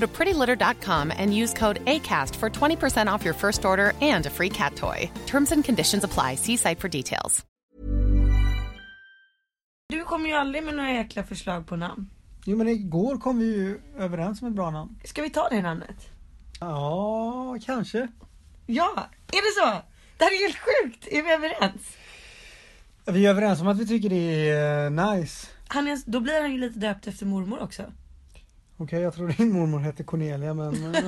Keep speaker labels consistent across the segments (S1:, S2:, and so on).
S1: to prettylitter.com and use code ACAST for 20% off your first order and a free cat toy. Terms and conditions apply. See site for details.
S2: Du kommer ju aldrig med några jäkla förslag på namn.
S3: Jo men igår kom vi ju överens om ett bra namn.
S2: Ska vi ta det namnet?
S3: Ja, kanske.
S2: Ja, är det så? Det här är helt sjukt! Är vi överens?
S3: Vi är överens om att vi tycker det är eh, nice.
S2: Han är, då blir han ju lite döpt efter mormor också.
S3: Okej, jag tror din mormor hette Cornelia men... eh,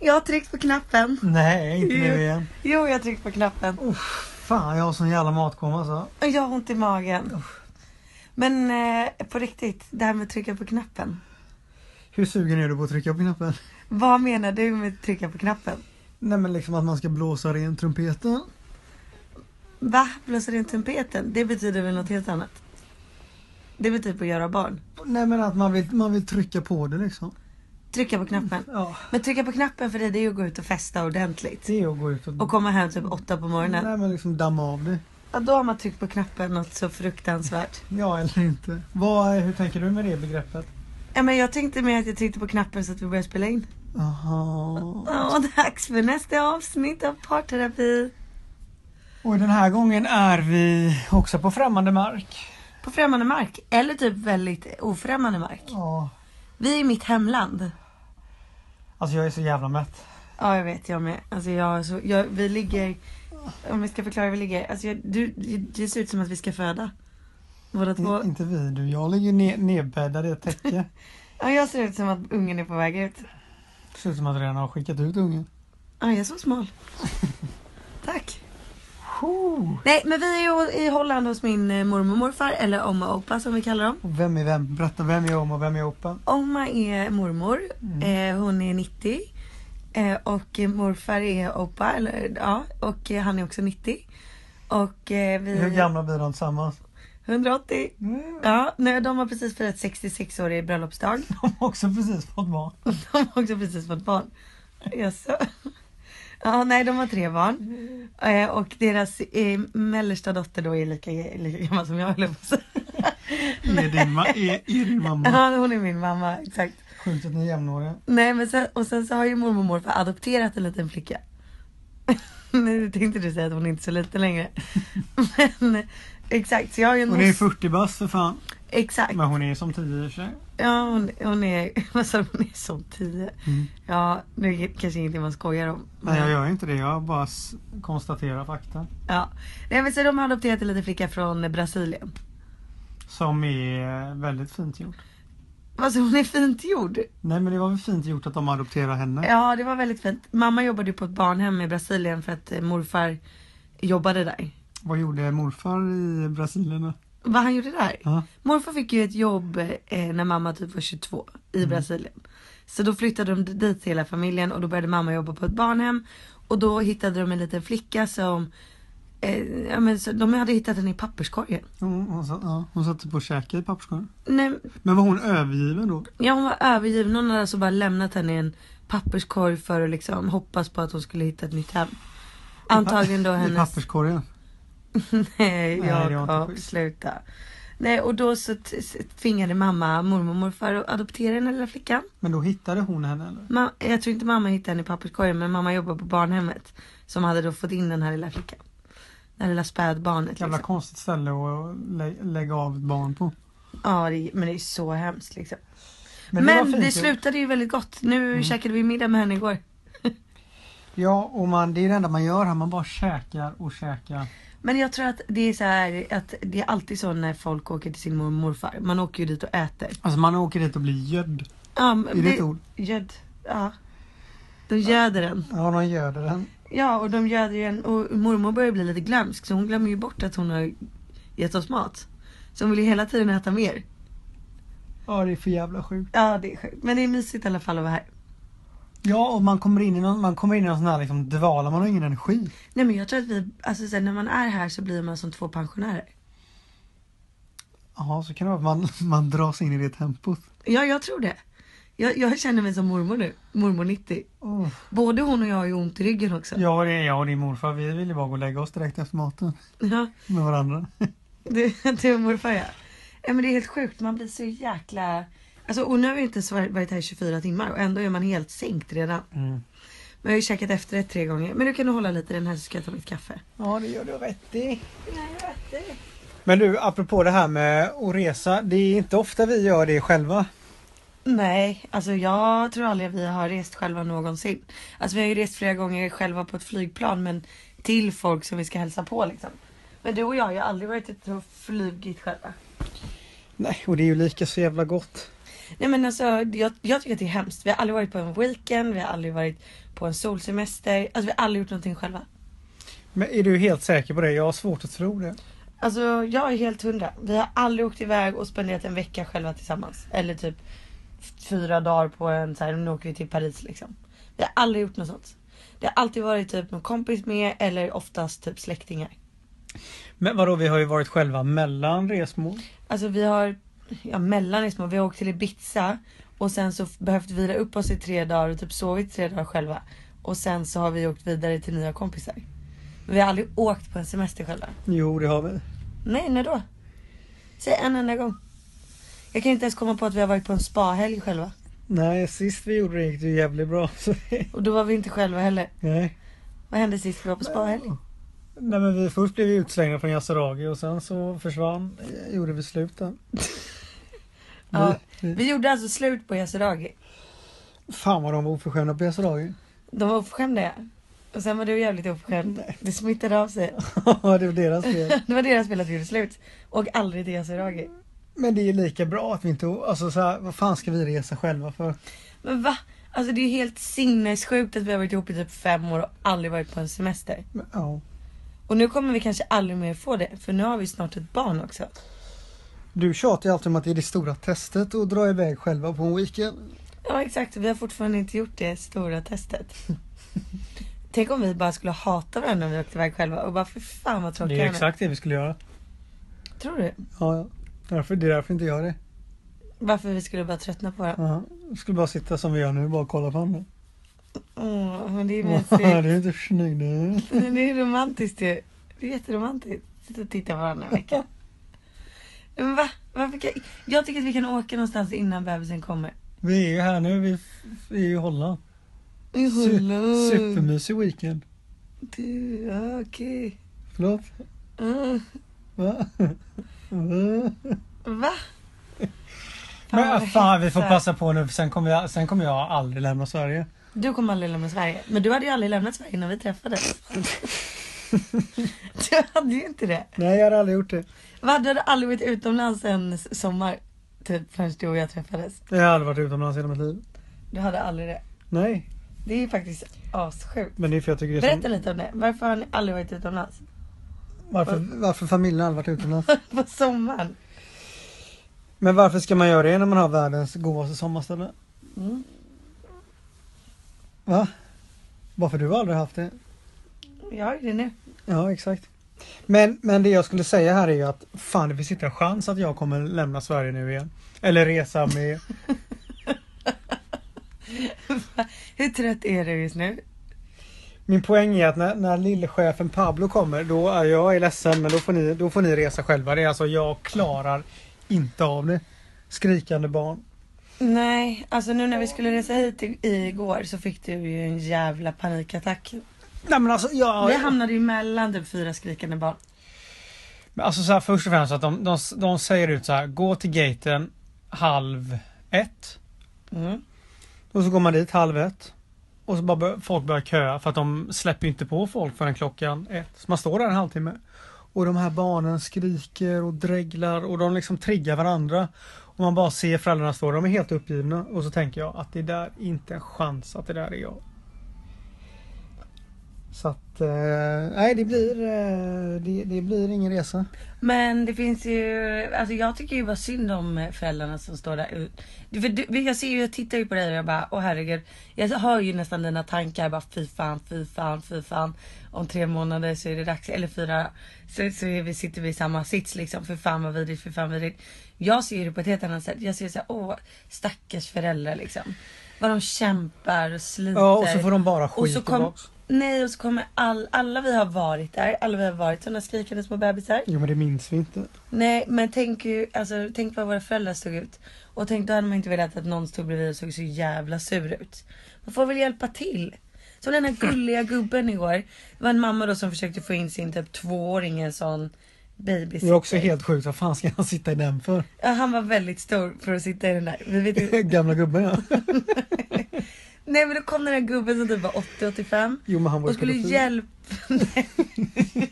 S2: Jag har tryckt på knappen.
S3: Nej, inte nu igen.
S2: Jo, jag har tryckt på knappen.
S3: Fan, jag har sån jävla matkoma alltså.
S2: Och jag har ont i magen. Men eh, på riktigt, det här med att trycka på knappen.
S3: Hur sugen är du på att trycka på knappen?
S2: Vad menar du med att trycka på knappen?
S3: Nej men liksom att man ska blåsa ren trumpeten.
S2: Va? Blåser in trumpeten? Det betyder väl något helt annat? Det betyder på att göra barn.
S3: Nej men att man vill, man vill trycka på det liksom.
S2: Trycka på knappen.
S3: Ja.
S2: Men trycka på knappen för dig, det är ju att gå ut och festa ordentligt.
S3: Det är att gå ut och...
S2: Och komma hem typ åtta på morgonen.
S3: Nej men liksom damma av det.
S2: Ja, då har man tryckt på knappen något så fruktansvärt.
S3: Ja eller inte. Vad, hur tänker du med det begreppet?
S2: Ja, men jag tänkte mer att jag tryckte på knappen så att vi började spela in.
S3: Jaha.
S2: Ja, dags för nästa avsnitt av parterapi.
S3: Och den här gången är vi också på främmande mark.
S2: På främmande mark, eller typ väldigt ofrämmande mark.
S3: Ja.
S2: Vi är i mitt hemland.
S3: Alltså jag är så jävla mätt.
S2: Ja, jag vet, jag med. Alltså, jag, har så, jag, vi ligger... Om vi ska förklara hur vi ligger. Alltså, jag, du, det ser ut som att vi ska föda. Båda två.
S3: I, inte vi du, jag ligger ne- nedbäddad i ett täcke.
S2: Ja, jag ser ut som att ungen är på väg ut.
S3: Det ser ut som att jag redan har skickat ut ungen.
S2: Ja, Ah, jag är så smal. Tack. Nej, men vi är ju i Holland hos min eh, mormor och morfar, eller Oma och Opa som vi kallar dem.
S3: Och vem är vem? Berätta, vem är om och vem är Opa?
S2: Oma är mormor, eh, hon är 90. Eh, och eh, morfar är Opa, eller, ja, och eh, han är också 90. Och eh, vi...
S3: Hur gamla blir de tillsammans?
S2: 180.
S3: Mm.
S2: Ja, nej, de har precis firat 66-årig bröllopsdag.
S3: De har också precis fått barn.
S2: De har också precis fått barn. Jaså? Ja, nej, de har tre barn. Eh, och deras eh, mellersta dotter då är lika, lika gammal som jag, höll jag på att säga.
S3: Är din, ma- är, är din mamma?
S2: Ja, hon är min mamma, exakt.
S3: Sjukt att ni är jämnåriga.
S2: Nej, men sen, och sen så har ju mormor och morfar adopterat en liten flicka. nu tänkte du säga att hon är inte så liten längre. men exakt, så jag har ju en
S3: Hon är
S2: mos-
S3: 40 bast för fan.
S2: Exakt.
S3: Men hon är som 10 i och för sig.
S2: Ja, hon, hon är, vad sa du, hon är som 10. Ja, nu är det kanske ingenting man skojar om.
S3: Mm. Nej jag gör inte det, jag bara s- konstaterar fakta.
S2: Ja. Nej men så de har adopterat en liten flicka från Brasilien.
S3: Som är väldigt fint gjort.
S2: Alltså hon är fint gjord.
S3: Nej men det var väl fint gjort att de adopterar henne.
S2: Ja det var väldigt fint. Mamma jobbade ju på ett barnhem i Brasilien för att eh, morfar jobbade där.
S3: Vad gjorde morfar i Brasilien då?
S2: Vad han gjorde där?
S3: Ja.
S2: Morfar fick ju ett jobb eh, när mamma typ var 22 i Brasilien. Så då flyttade de dit hela familjen och då började mamma jobba på ett barnhem. Och då hittade de en liten flicka som, eh, ja men så, de hade hittat henne i papperskorgen.
S3: Hon, Mm, hon, satt, ja, hon satt typ och käkade i papperskorgen.
S2: Nej,
S3: Men var hon övergiven då?
S2: Ja hon var övergiven, hon hade alltså bara lämnat henne i en papperskorg för att liksom hoppas på att hon skulle hitta ett nytt hem. Antagligen då
S3: I
S2: hennes...
S3: papperskorgen.
S2: Nej
S3: det var inte
S2: Jakob,
S3: schysst.
S2: sluta. Nej, och då så t- s- tvingade mamma mormor och morfar att adoptera den här lilla flickan.
S3: Men då hittade hon henne eller?
S2: Ma- jag tror inte mamma hittade henne i papperskorgen men mamma jobbar på barnhemmet. Som hade då fått in den här lilla flickan. Det här lilla spädbarnet.
S3: Jävla
S2: Liksom.
S3: konstigt ställe att lä- lägga av ett barn på.
S2: Ja, det, är- men det är så hemskt liksom.
S3: Men
S2: Men,
S3: det var
S2: det,
S3: fint Mm. ju.
S2: slutade ju väldigt gott. Nu käkade vi middag med henne igår.
S3: Ja, och man, det är det enda man gör här. Man bara käkar och käkar.
S2: Men jag tror att det är så här att det är alltid så när folk åker till sin mormor och morfar. Man åker ju dit och äter.
S3: Alltså man åker dit och blir gödd.
S2: Ja, men
S3: Är det ett ord?
S2: Göd, ja. De göder en.
S3: Ja, de göder den.
S2: Ja, och de göder ju en. Och mormor börjar bli lite glömsk så hon glömmer ju bort att hon har gett oss mat. Så hon vill ju hela tiden äta mer.
S3: Ja, det är för jävla sjukt.
S2: Ja, det är sjukt. Men det är mysigt i alla fall att vara här.
S3: Ja, och man kommer in i någon, man kommer in i någon sån här liksom dvala. Man har ingen energi.
S2: Nej men jag tror att vi, alltså sen när man är här så blir man som två pensionärer.
S3: Ja, så kan det vara. Man, man dras in i det tempot.
S2: Ja, jag tror det. Jag, jag känner mig som mormor nu. Mormor 90.
S3: Oh.
S2: Både hon och jag har ju ont i ryggen också.
S3: Ja, det är jag och din morfar. Vi vill ju bara gå och lägga oss direkt efter maten
S2: Ja,
S3: med varandra.
S2: det, det är morfar ja. ja. men det är helt sjukt, man blir så jäkla... Alltså, och nu har vi inte ens varit varit här i 24 timmar och ändå är man helt sänkt redan. Men jag har ju käkat efterrätt tre gånger. Men nu kan du hålla lite i den här så ska jag ta mitt kaffe.
S3: Ja, det gör du rätt i. Men du, apropå det här med att resa. Det är inte ofta vi gör det själva.
S2: Nej, alltså jag tror aldrig vi har rest själva någonsin. Alltså vi har ju rest flera gånger själva på ett flygplan men till folk som vi ska hälsa på liksom. Men du och jag har ju aldrig varit ute och flugit själva.
S3: Nej, och det är ju lika så jävla gott.
S2: Nej men alltså jag, jag tycker att det är hemskt. Vi har aldrig varit på en weekend, vi har aldrig varit på en solsemester. Alltså vi har aldrig gjort någonting själva.
S3: Men är du helt säker på det? Jag har svårt att tro det.
S2: Alltså jag är helt hundra. Vi har aldrig åkt iväg och spenderat en vecka själva tillsammans. Eller typ f- fyra dagar på en så här, nu åker vi till Paris liksom. Vi har aldrig gjort något sånt. Det har alltid varit typ någon kompis med eller oftast typ släktingar.
S3: Men vadå, vi har ju varit själva mellan resmål.
S2: Alltså vi har, ja mellan liksom, och vi har åkt till Ibiza och sen så f- behövt vila upp oss i tre dagar och typ sovit tre dagar själva. Och sen så har vi åkt vidare till nya kompisar. Men vi har aldrig åkt på en semester själva.
S3: Jo, det har vi.
S2: Nej, när då? Säg en enda gång. Jag kan inte ens komma på att vi har varit på en spahelg själva.
S3: Nej, sist vi gjorde det gick det ju jävligt bra. Så det...
S2: Och då var vi inte själva heller.
S3: Nej.
S2: Vad hände sist vi var på spahelg?
S3: Nej men vi först blev vi utslängda från Yasuragi och sen så försvann, gjorde vi sluten.
S2: Ja, vi gjorde alltså slut på Yasuragi.
S3: Fan vad de var oförskämda på Yasuragi.
S2: De var oförskämda ja. Och sen var du jävligt oförskämd. Det smittade av sig.
S3: Ja, det var deras fel.
S2: Det var deras fel att vi gjorde slut. Och aldrig till Yasuragi.
S3: Men det är lika bra att vi inte, alltså så här, vad fan ska vi resa själva för?
S2: Men va? Alltså det är ju helt sinnessjukt att vi har varit ihop i typ fem år och aldrig varit på en semester.
S3: Men, ja.
S2: Och nu kommer vi kanske aldrig mer få det. För nu har vi snart ett barn också.
S3: Du tjatar ju alltid om att det är det stora testet att dra iväg själva på en weekend.
S2: Ja exakt, vi har fortfarande inte gjort det stora testet. Tänk om vi bara skulle hata varandra om vi åkte iväg själva och bara för fan vad tråkiga han
S3: det vi skulle göra.
S2: Tror du?
S3: Ja, ja. Därför, det är därför inte jag gör det.
S2: Varför vi skulle bara tröttna på varandra.
S3: Ja. Jag skulle bara sitta som vi gör nu och bara kolla på honom.
S2: Åh, men det är
S3: det är
S2: mysigt.
S3: inte snyggt. nu.
S2: det är romantiskt ju. Det är jätteromantiskt. Sitta och titta på varandra en vecka. Men va? Varför kan... Jag tycker att vi kan åka någonstans innan bebisen kommer.
S3: Vi är ju här nu, vi vi är i Holland.
S2: I
S3: Su-
S2: Holland.
S3: Supermysig weekend.
S2: Du, ja, okej.
S3: Förlåt?
S2: Mm.
S3: Va? Va?
S2: Va?
S3: Men
S2: vad
S3: ah, fan vi får
S2: hetsar.
S3: passa på nu för sen kommer jag, sen kommer jag aldrig lämna Sverige.
S2: Du kommer aldrig lämna Sverige. Men du hade ju aldrig lämnat Sverige innan vi träffades. du hade ju inte det.
S3: Nej jag har aldrig gjort det.
S2: Vad Du hade aldrig varit utomlands en s- sommar. Typ förrän du och jag träffades.
S3: Jag har aldrig varit utomlands i hela mitt liv.
S2: Du hade aldrig det.
S3: Nej.
S2: Det är ju faktiskt assjukt.
S3: Men det är för jag tycker det är
S2: Berätta
S3: så...
S2: lite om det. Varför har ni aldrig varit utomlands?
S3: Varför, varför familjen har aldrig varit utomlands?
S2: På sommaren.
S3: Men varför ska man göra det när man har världens godaste sommarställe?
S2: Mm.
S3: Va? Bara för du har aldrig haft det?
S2: Jag har ju det nu.
S3: Ja exakt. Men, men det jag skulle säga här är ju att fan det finns inte en chans att jag kommer lämna Sverige nu igen. Eller resa med...
S2: Hur trött är du just nu?
S3: Min poäng är att när, när lillechefen Pablo kommer då är jag är ledsen men då får, ni, då får ni resa själva. Det är alltså jag klarar inte av det. Skrikande barn.
S2: Nej, alltså nu när vi skulle resa hit i- igår så fick du ju en jävla panikattack.
S3: Nej men alltså jag...
S2: Vi hamnade ju mellan typ fyra skrikande barn.
S3: Men Alltså så här, först och främst att de, de, de säger ut så här, gå till gaten halv ett.
S2: Mm.
S3: Och så går man dit halv ett. Och så bara bör, folk börjar köa för att de släpper ju inte på folk förrän klockan ett. Så man står där en halvtimme. Och de här barnen skriker och dreglar och de liksom triggar varandra. Och man bara ser föräldrarna stå där, de är helt uppgivna. Och så tänker jag att det där är inte en chans att det där är jag. Så att, eh, nej det blir, eh, det, det blir ingen resa.
S2: Men det finns ju, alltså jag tycker ju bara synd om föräldrarna som står där. ut. Du- För du, jag ser ju, jag tittar ju på dig och jag bara, åh herregud. Jag hör ju nästan dina tankar, jag bara fy fan, fy fan, fy fan. Om tre månader så är det dags, eller fyra, så, så är vi, sitter vi i samma sits liksom. Fy fan vad vidrigt, fy fan vad vidrigt. Jag ser det på ett helt annat sätt. Jag ser så här, åh stackars föräldrar liksom. Vad de kämpar och sliter.
S3: Ja, och så får de bara skit
S2: Och så kom,
S3: tillbaks.
S2: Nej och så kommer all, alla vi har varit där, alla vi har varit sådana skrikande små bebisar.
S3: Jo men det minns vi inte.
S2: Nej men tänk ju, alltså tänk vad våra föräldrar stod ut. Och tänk då hade man inte velat att någon stod bredvid och såg så jävla sur ut. Man får väl hjälpa till. Som den här gulliga gubben igår. Det var en mamma då som försökte få in sin typ tvååring i en sån
S3: Det är
S2: babysitter.
S3: också helt sjukt, vad fan ska han sitta i den för?
S2: Ja, han var väldigt stor för att sitta i den där. Vi vet inte.
S3: Gamla gubben ja.
S2: Nej men då kom den här gubben som typ var 80-85.
S3: Jo, men han var
S2: Och
S3: ju
S2: skulle
S3: pedofil.
S2: hjälpa... Nej.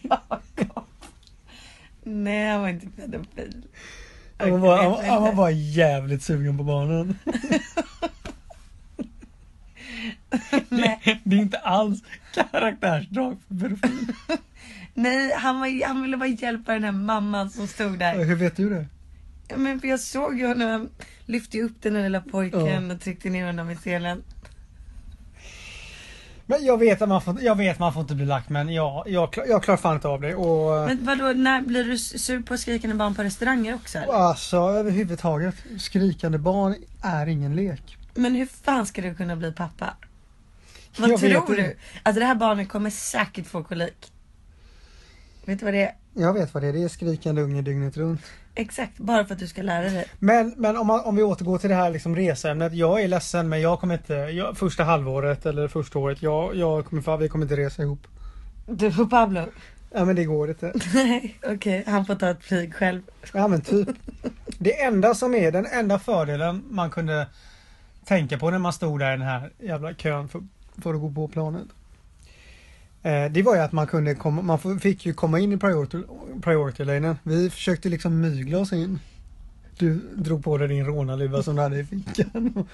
S2: Jakob. Nej han var inte pedofil.
S3: Han var, bara- han, var- han var bara jävligt sugen på barnen.
S2: Nej.
S3: Det är inte alls karaktärsdrag för pedofil.
S2: Nej, han, var, han ville bara hjälpa den här mamman som stod där.
S3: Hur vet du det?
S2: Ja, Men för jag såg ju honom, han lyfte ju upp den där lilla pojken och tryckte ner honom i selen.
S3: Men jag vet att man får, jag vet att man får inte bli lack men jag, jag, klar, jag klarar fan inte av det och
S2: Men vadå, när blir du sur på skrikande barn på restauranger också eller?
S3: alltså överhuvudtaget skrikande barn är ingen lek.
S2: Men hur fan ska du kunna bli pappa? Vad
S3: Jag vet
S2: tror
S3: inte.
S2: du? Alltså det här barnet kommer säkert få kolik. Vet du vad det är?
S3: Jag vet vad det är, det är skrikande unge dygnet runt.
S2: Exakt, bara för att du ska lära dig.
S3: Men, men om, man, om vi återgår till det här liksom reseämnet. Jag är ledsen men jag kommer inte, jag, första halvåret eller första året, jag, jag kommer, fan, vi kommer inte resa ihop.
S2: Du och Pablo?
S3: Ja men det går inte.
S2: Nej, okej. Han får ta ett flyg själv.
S3: Ja men typ. Det enda som är, den enda fördelen man kunde tänka på när man stod där i den här jävla kön för, för att gå på planet. Eh, det var ju att man kunde komma, man fick ju komma in i priority, priority lanen. Vi försökte liksom mygla oss in. Du drog på dig din rånarluva som du hade i fickan.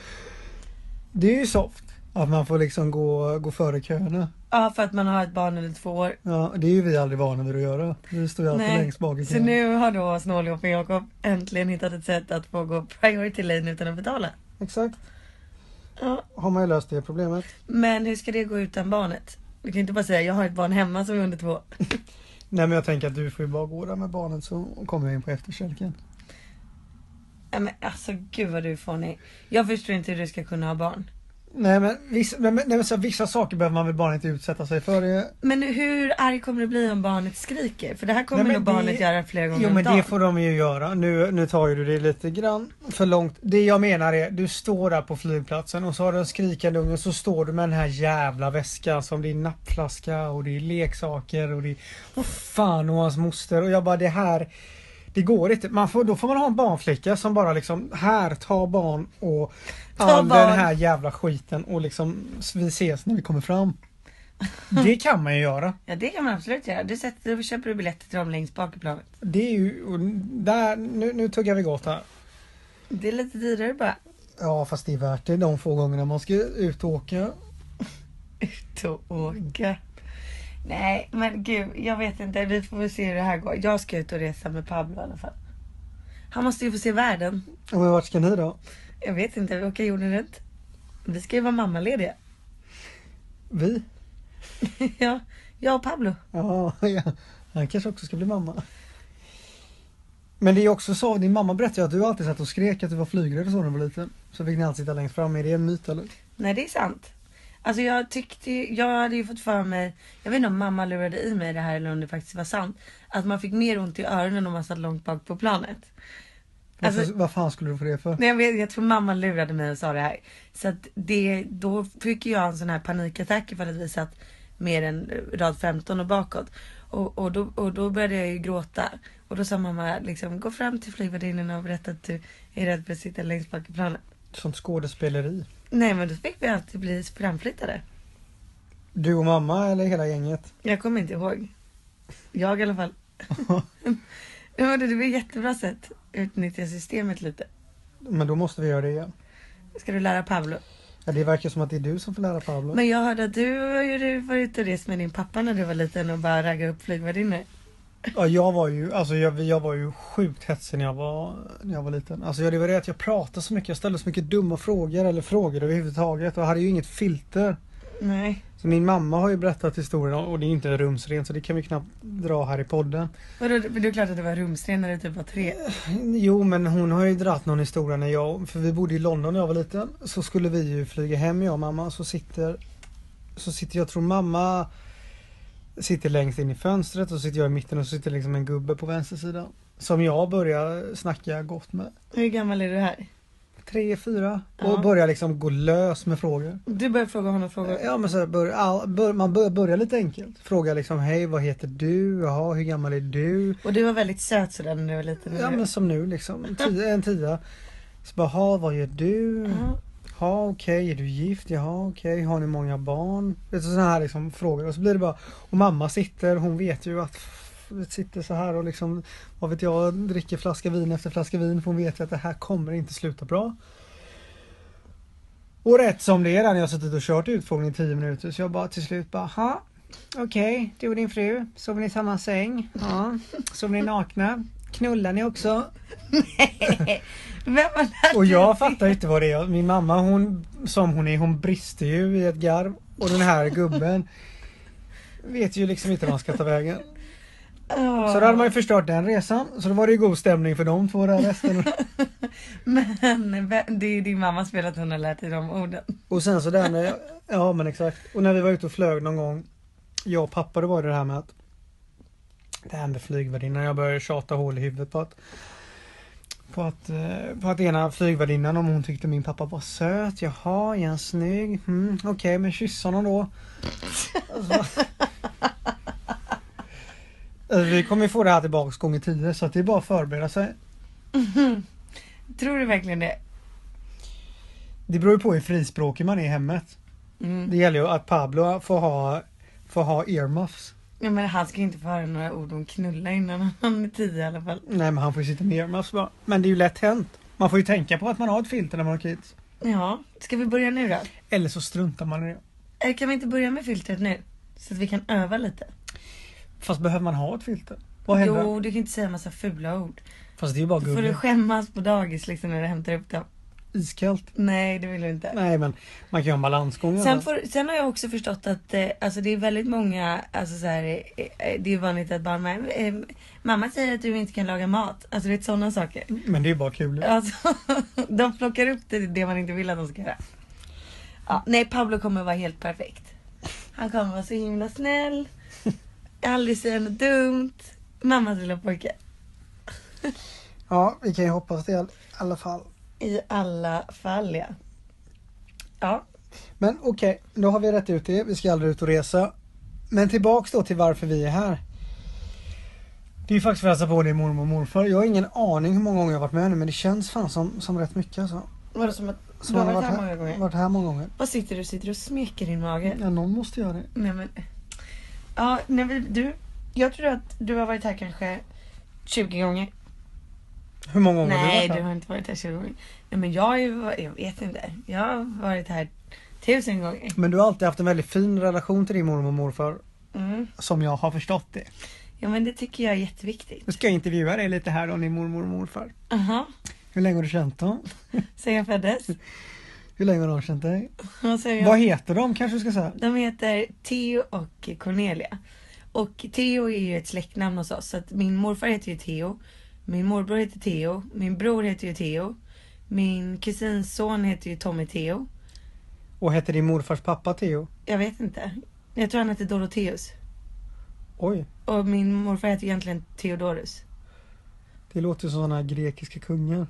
S3: Det är ju soft. Att man får liksom gå, gå före köerna.
S2: Ja, för att man har ett barn under två år.
S3: Ja, det är ju vi aldrig vana vid att göra. Vi står ju alltid längst bak i
S2: Så
S3: kön.
S2: nu har då snåljåpen Jakob äntligen hittat ett sätt att få gå priority lane utan att betala.
S3: Exakt.
S2: Ja.
S3: Har man ju löst det problemet.
S2: Men hur ska det gå utan barnet? Du kan ju inte bara säga jag har ett barn hemma som är under två.
S3: Nej men jag tänker att du får ju bara gå där med barnet så kommer jag in på efterkälken.
S2: Nej men alltså gud vad du är fånig. Jag förstår inte hur du ska kunna ha barn.
S3: Nej men, vissa, men, men, nej, men så, här, vissa saker behöver man väl bara inte utsätta sig för. Det,
S2: Men hur arg kommer du bli om barnet skriker? För det här kommer
S3: Nej,
S2: nog
S3: men det-
S2: barnet göra flera gånger
S3: jo
S2: om
S3: men
S2: dagen.
S3: det får de ju göra. Nu, nu tar ju du det lite grann för långt. Det jag menar är, du står där på flygplatsen och så har du en skrikande unge och så står du med den här jävla väskan som det är nappflaska och det är leksaker och det är Åh, fan och hans moster och jag bara det här det går inte. Man får, då får man ha en barnflicka som bara liksom, här, ta barn och
S2: Ta
S3: all
S2: barn.
S3: den här jävla skiten och liksom, vi ses när vi kommer fram. Det kan man ju göra.
S2: Ja det kan man absolut göra. Du sätter, då köper du biljetter till dem längst bak i planet.
S3: Det är ju, och där, nu, nu tuggar vi gott här.
S2: Det är lite dyrare bara.
S3: Ja fast det är värt det de få gångerna man ska ut och åka.
S2: Ut och åka. Nej men gud, jag vet inte. Vi får väl se hur det här går. Jag ska ut och resa med Pablo i alla fall. Han måste ju få se världen.
S3: Ja, Men vart ska ni då?
S2: Jag vet inte, vi åker jorden runt. Vi ska ju vara mammalediga.
S3: Vi?
S2: ja, jag och Pablo.
S3: Ja, ja, han kanske också ska bli mamma. Men det är också så, din mamma berättade ju att du alltid satt och skrek att du var flygrädd och så när du var liten. Så fick ni alltid sitta längst fram, är det en myt eller?
S2: Nej det är sant. Alltså jag tyckte, jag hade ju fått för mig, jag vet inte om mamma lurade i mig det här eller om det faktiskt var sant. Att man fick mer ont i öronen om man satt långt bak på planet.
S3: Varför,
S2: Alltså-
S3: vad fan skulle du få det för?
S2: Nej jag vet, jag tror mamma lurade mig och sa det här. Så att det, då fick jag en sån här panikattack ifall att vi satt mer än rad 15 och bakåt. Och, och, då, och då började jag ju gråta. Och då sa mamma liksom, gå fram till flygvärdinnan och berätta att du är rädd för att sitta längst bak i planet.
S3: Sånt skådespeleri.
S2: Nej men då fick vi alltid bli framflyttade.
S3: Du och mamma eller hela gänget?
S2: Jag kommer inte ihåg. Jag i alla fall. Ja, men det var ett jättebra sätt. Utnyttja systemet lite.
S3: Men då måste vi göra det igen.
S2: Ska du lära Pablo?
S3: Ja, det verkar som att det är du som får lära Pablo.
S2: Men jag hörde att du har ju varit ute och rest med din pappa när du var liten och bara raggade upp flygvärdinnor.
S3: Ja, jag var ju, alltså jag, jag var ju sjukt hetsig när jag var, när jag var liten. Alltså jag, det var det att jag pratade så mycket, jag ställde så mycket dumma frågor eller frågor överhuvudtaget och jag hade ju inget filter.
S2: Nej.
S3: Så min mamma har ju berättat historien och det är inte rumsrent så det kan vi knappt dra här i podden.
S2: Vadå, men det är klart att det var rumsren när du typ var tre.
S3: Jo men hon har ju dratt någon historia när jag, för vi bodde i London när jag var liten. Så skulle vi ju flyga hem jag och mamma så sitter, så sitter jag tror mamma sitter längst in i fönstret och så sitter jag i mitten och så sitter liksom en gubbe på vänster sida. Som jag börjar snacka gott med.
S2: Hur gammal är du här?
S3: Tre, fyra
S2: Ja.
S3: och börjar liksom gå lös med frågor.
S2: Du började fråga honom frågor.
S3: Ja men så här, bör, all, bör, man bör, börjar lite enkelt. Fråga liksom hej vad heter du? Jaha hur gammal är du?
S2: Och du var väldigt söt sådär när du var liten.
S3: Ja men som nu liksom, en tia. En tia. Så bara, "Ha, vad gör du?
S2: Ja.
S3: Ja okej, är du gift? Jaha okej, har ni många barn? Sådana här liksom frågor och så blir det bara Och mamma sitter, hon vet ju att Sitter så här och liksom Vad vet jag, dricker flaska vin efter flaska vin för hon vet ju att det här kommer inte sluta bra Och rätt som det är där när jag suttit och kört utfrågning i 10 minuter så jag bara till slut bara ha Okej, du och din fru, sover ni i samma säng? Ja. Sover ni nakna? Knullar ni också?
S2: Vem var det?
S3: Och jag fattar inte vad det är. Min mamma hon, som hon är, hon brister ju i ett garv. Och den här gubben vet ju liksom inte vad han ska ta vägen. Så då hade man ju förstört den resan. Så då var det ju god stämning för de två där resten.
S2: Men vem- det är ju din mammas fel att hon har lärt dig de orden.
S3: Och sen så där när, ja men exakt. Och när vi var ute och flög någon gång. Jag och pappa det var det det här med att Det här med flygvärdinnan. Jag började tjata hål i huvudet på att på att, eh, på att ena flygvärdinnan om hon tyckte min pappa var söt. Jaha, är han snygg? Mm, Okej, men kyss honom då. Alltså. Alltså, vi kommer ju få det här tillbaks gånger tio så att det är bara att förbereda sig.
S2: Tror du verkligen det?
S3: Det beror ju på hur frispråkig man är i hemmet.
S2: Mm.
S3: Det gäller ju att Pablo får ha, får ha earmuffs.
S2: Ja, men han ska ju inte få höra några ord om knulla innan han är tio i alla fall.
S3: Nej men han får ju sitta med earmuffs bara. Men det är ju lätt hänt. Man får ju tänka på att man har ett filter när man har kids.
S2: Ja, ska vi börja nu då?
S3: Eller så struntar man i det.
S2: Eh, Kan vi inte börja med filtret nu? Så att vi kan öva lite.
S3: Fast behöver man ha ett filter? Vad händer?
S2: Jo, du kan inte säga massa fula ord.
S3: Fast det är ju bara
S2: Då får du
S3: gubben.
S2: skämmas på dagis liksom när du hämtar upp dem.
S3: Iskallt.
S2: Nej, det vill du inte.
S3: Nej men man kan ju ha en balansgång.
S2: Sen,
S3: Sen
S2: får, sen har jag också förstått att eh, alltså det är väldigt många, alltså så här, eh, eh, det är vanligt att barn med, eh, mamma säger att du inte kan laga mat. Alltså det är sådana saker.
S3: Men det är ju bara kul.
S2: Alltså, de plockar upp det, det man inte vill att de ska göra. Ja, nej, Pablo kommer vara helt perfekt. Han kommer vara så himla snäll. Aldrig säga något dumt. Mammas lilla pojke.
S3: Ja, vi kan ju hoppas det i alla fall.
S2: I alla fall ja. Ja,
S3: Men okej, då har vi rätt ut det. Vi ska aldrig ut och resa. Men tillbaks då till varför vi är här. Det är ju faktiskt för att hälsa på din mormor och morfar. Jag har ingen aning hur många gånger jag har varit med nu men det känns fan som, som rätt mycket alltså.
S2: var det som att
S3: Som
S2: du har
S3: man
S2: varit här många gånger? Mm.
S3: varit här många gånger.
S2: Vad sitter du? Sitter du och smeker din mage?
S3: Ja, någon måste göra det.
S2: Nej men. Ja, nej, men du. Jag tror att du har varit här kanske 20 gånger.
S3: Hur många gånger har
S2: Nej,
S3: du varit
S2: du
S3: här?
S2: har inte varit här 20 gånger. Nej men jag har ju, va- jag vet inte. Jag har varit här tusen gånger.
S3: Men du har alltid haft en väldigt fin relation till din mormor och morfar.
S2: Mm.
S3: Som jag har förstått det.
S2: Ja men det tycker jag är jätteviktigt.
S3: Nu ska jag intervjua dig lite här om din mormor och morfar.
S2: Aha,
S3: Hur länge har du känt dem?
S2: sen jag föddes.
S3: Hur länge har de känt dig?
S2: Mm. Vad säger
S3: Vad
S2: jag?
S3: heter de kanske du ska säga?
S2: De heter Theo och Cornelia. Och Theo är ju ett släktnamn hos oss. Så att min morfar heter ju Theo. Min morbror heter Theo. Min bror heter ju Theo. Min kusins son heter ju Tommy Theo.
S3: Och hette din morfars pappa Theo?
S2: Jag vet inte. Jag tror han heter Doroteus.
S3: Oj,
S2: Och min morfar heter egentligen Theodorus.
S3: det låter som sådana grekiska kungar.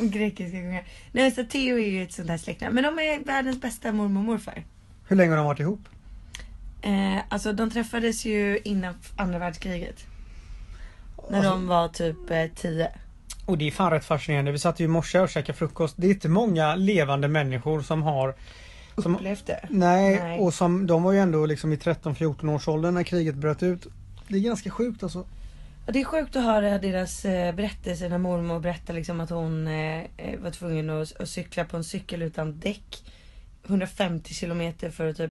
S2: Grekiska kungar. Nej så Theo är ju ett sånt här släktnamn. Men de är världens bästa mormor och morfar.
S3: Hur länge har de varit ihop?
S2: Eh, alltså de träffades ju innan f- andra världskriget. När de var typ eh, tio.
S3: Och det är fan rätt fascinerande. Vi satt ju i morse och käkade frukost. Det är inte många levande människor som har som,
S2: Upplevt det?
S3: Nej,
S2: Nej.
S3: och som, de var ju ändå liksom i 13-14 års åldern när kriget bröt ut. Det är ganska sjukt alltså.
S2: Ja, Det är sjukt att höra deras eh, berättelser när mormor berättar liksom att hon eh, eh, var tvungen att, att cykla på en cykel utan däck 150 kilometer för att typ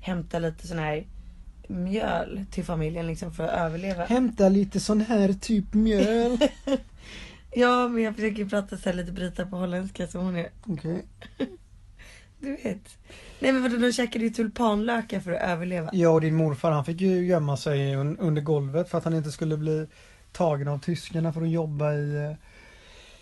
S2: hämta lite sån här mjöl till familjen liksom för att överleva.
S3: Hämta lite sån här typ mjöl.
S2: Ja men jag försöker prata så här lite Brita på holländska som hon är.
S3: Okej.
S2: Du vet. Nej men vadå de käkade ju tulpanlökar för att överleva.
S3: Jag och din morfar han fick ju gömma sig un- under golvet för att han inte skulle bli tagen av tyskarna för att jobba i,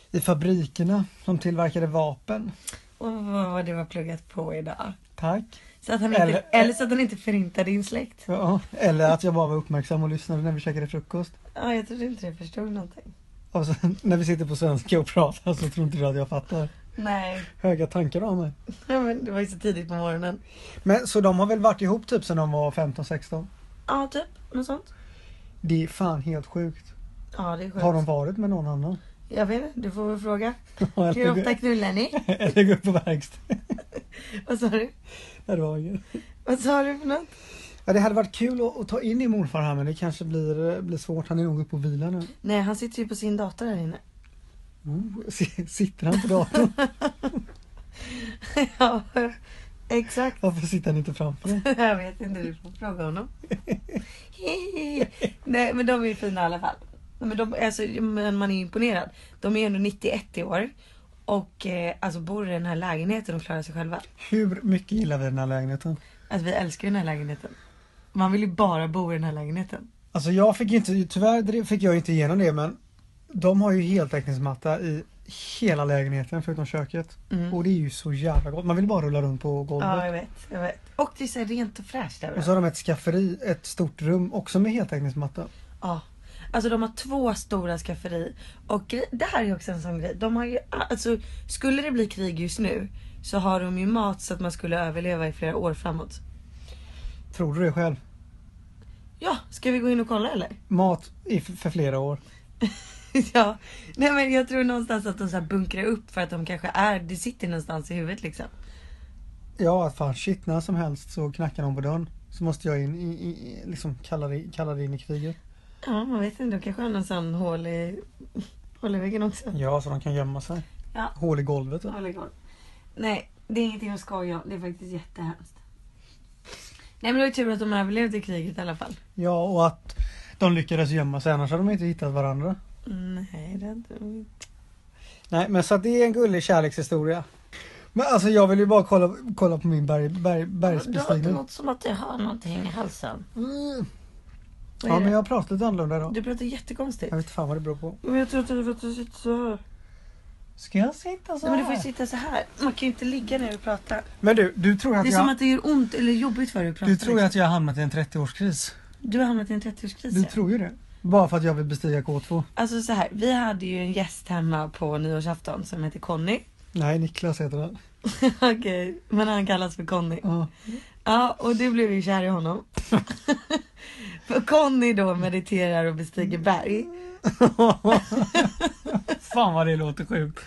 S3: eh, i fabrikerna som tillverkade vapen.
S2: Och vad det var pluggat på idag.
S3: Tack.
S2: Så att han inte,
S3: Eller-
S2: eller, så att han inte förintade din släkt.
S3: Ja, eller att jag bara var uppmärksam och lyssnade när vi käkade frukost.
S2: Ja jag trodde inte du förstod någonting.
S3: Och sen, när vi sitter på svenska och pratar så tror inte du att jag fattar.
S2: Nej.
S3: Höga tankar av mig.
S2: Ja, men det var ju så tidigt på morgonen.
S3: Men så de har väl varit ihop typ sedan de var 15-16?
S2: Ja, typ. Något sånt.
S3: Det är fan helt sjukt.
S2: Ja, det är skönt.
S3: Har de varit med någon annan?
S2: Jag vet inte, du får väl fråga. Hur
S3: eller,
S2: ofta
S3: gå,
S2: knullar ni?
S3: eller gå upp på verkstad.
S2: Vad sa du?
S3: Nej, det var inget.
S2: Vad sa du för något?
S3: Ja, det hade varit kul att, att ta in din morfar här men det kanske blir, blir svårt. Han är nog uppe och vilar nu.
S2: Nej, han sitter ju på sin dator här inne.
S3: Oh, si- sitter han på datorn?
S2: ja, exakt.
S3: Varför sitter han inte framför den?
S2: Jag vet inte, du får fråga honom. Nej, men de är ju fina i alla fall. Nej, Men de, alltså, men man är ju imponerad. De är ändå 91 i år. Och eh, alltså bor i den här lägenheten och klarar sig själva.
S3: Hur mycket gillar vi den här lägenheten?
S2: Alltså vi älskar ju den här lägenheten. Man vill ju bara bo i den här lägenheten.
S3: Alltså jag fick inte, tyvärr drev- fick jag inte igenom det men de har ju heltäckningsmatta i hela lägenheten förutom köket. Och det är ju så jävla gott. Man vill bara rulla runt på golvet.
S2: Mm. Ja, jag vet. Jag vet. Och det är så här rent och fräscht
S3: Och
S2: överallt.
S3: så har de ett skafferi, ett stort rum också med heltäckningsmatta.
S2: Ja. Alltså de har två stora skafferi. Och gre- det här är också en sån grej. De har ju, alltså, skulle det bli krig just nu så har de ju mat så att man skulle överleva i flera år framåt.
S3: Tror du det själv?
S2: Ja, ska vi gå in och kolla eller?
S3: Mat i f- för flera år.
S2: ja. Nej men jag tror någonstans att de så här bunkrar upp för att de kanske är, det sitter någonstans i huvudet liksom.
S3: Ja, att fan shit, när som helst så knackar någon på dörren. Så måste jag in, i, i, i- liksom kalla det, kalla det in i kriget.
S2: Ja, man vet inte. De kanske har någon sån hål i, hål i väggen också.
S3: Ja, så de kan gömma sig.
S2: Ja.
S3: Hål i golvet.
S2: Ja, lägg av. Nej, det är ingenting att skoja om. Det är faktiskt jättehemskt. Nej men det var ju tur att de överlevde kriget i alla fall.
S3: Ja, och att de lyckades gömma sig annars hade de inte hittat varandra.
S2: Nej, det hade de inte.
S3: Nej men så att det är en gullig kärlekshistoria. Men alltså jag vill ju bara kolla, kolla på min berg, berg,
S2: Du har inte
S3: bergsbestigning.
S2: något som att du har någonting i halsen.
S3: Mm.
S2: Vad är
S3: Ja
S2: det?
S3: men jag har pratat lite annorlunda idag.
S2: Du pratar jättekonstigt.
S3: Jag vet fan vad det beror på.
S2: Men jag tror att det är för att du sitter så här.
S3: Ska jag sitta så
S2: Nej, men du får ju
S3: här?
S2: sitta så här. Man kan ju inte ligga ner och prata.
S3: Men du, du tror att
S2: Det är som
S3: jag...
S2: att det gör ont eller jobbigt för dig att prata.
S3: Du tror
S2: liksom.
S3: att jag har hamnat i en 30-årskris.
S2: Du har hamnat i en 30-årskris.
S3: Du
S2: ja.
S3: tror ju det. Bara för att jag vill bestiga K2.
S2: Alltså så här, vi hade ju en gäst hemma på nyårsafton som heter Conny.
S3: Nej, Niklas heter han.
S2: Okej, men han kallas för Conny.
S3: Ja.
S2: Ja, och du blev ju kär i honom. för Conny då mediterar och bestiger berg.
S3: Fan vad det låter sjukt.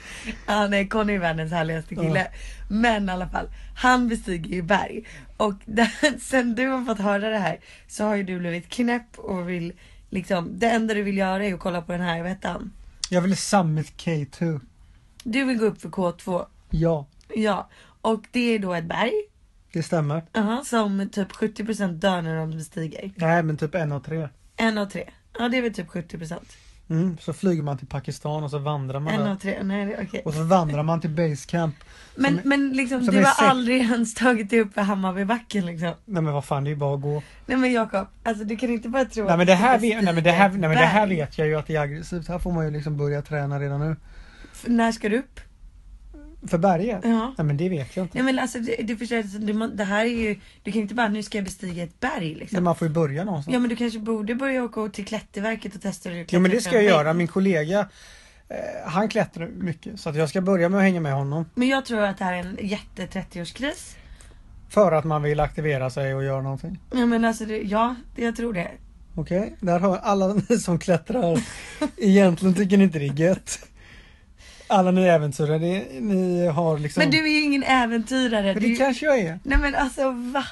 S2: Ja, nej, Conny är världens härligaste kille. Men i alla fall, han bestiger ju berg. Och där, sen du har fått höra det här så har ju du blivit knäpp och vill liksom, det enda du vill göra är att kolla på den här, vad heter han?
S3: Jag vill summit K2.
S2: Du vill gå upp för K2,
S3: Ja,
S2: ja. Och det är då ett berg
S3: det stämmer.
S2: aha, som typ 70% dör när de bestiger.
S3: Nej, men typ en av tre.
S2: En av tre. Ja det är väl typ 70%.
S3: Mm, så flyger man till Pakistan och så vandrar man
S2: En
S3: där.
S2: av tre, nej det är okej.
S3: Och så vandrar man till basecamp.
S2: Men,
S3: som är-
S2: men liksom
S3: som
S2: du
S3: är
S2: har
S3: sex-
S2: aldrig ens tagit dig upp för Hammarbybacken liksom.
S3: Nej men vad fan, det är ju bara att gå.
S2: Nej men Jakob, alltså du kan inte bara tro
S3: Nej
S2: att
S3: men
S2: du
S3: det
S2: ska
S3: här, vet, nej, men det här, nej,
S2: bestiga
S3: men det här
S2: ett berg.
S3: vet jag ju att det är aggressivt. Här får man ju liksom börja träna redan nu.
S2: F- När ska du upp?
S3: För berget?
S2: Ja.
S3: Nej men det vet jag inte.
S2: Nej men alltså du, du förstår, alltså, du, må- det här är ju, du kan inte bara nu ska jag bestiga ett berg liksom.
S3: Men man får ju börja någonstans.
S2: Ja men du kanske borde börja åka till Klätterverket och testa hur du
S3: Jo men
S2: klättrar
S3: det ska
S2: på en
S3: jag
S2: vägg.
S3: göra. Min kollega eh, han klättrar mycket så att jag ska börja med att hänga med honom.
S2: Men jag tror att det här är en jätte 30-årskris.
S3: För att man vill aktivera sig och göra någonting.
S2: Ja men alltså det, ja, det- jag tror det.
S3: Okej, där har alla ni som klättrar egentligen tycker ni inte det är gött. Alla ni äventyrare, det- ni har liksom...
S2: Men du är ju ingen äventyrare.
S3: Men
S2: Du-
S3: det kanske jag är.
S2: Nej men alltså va?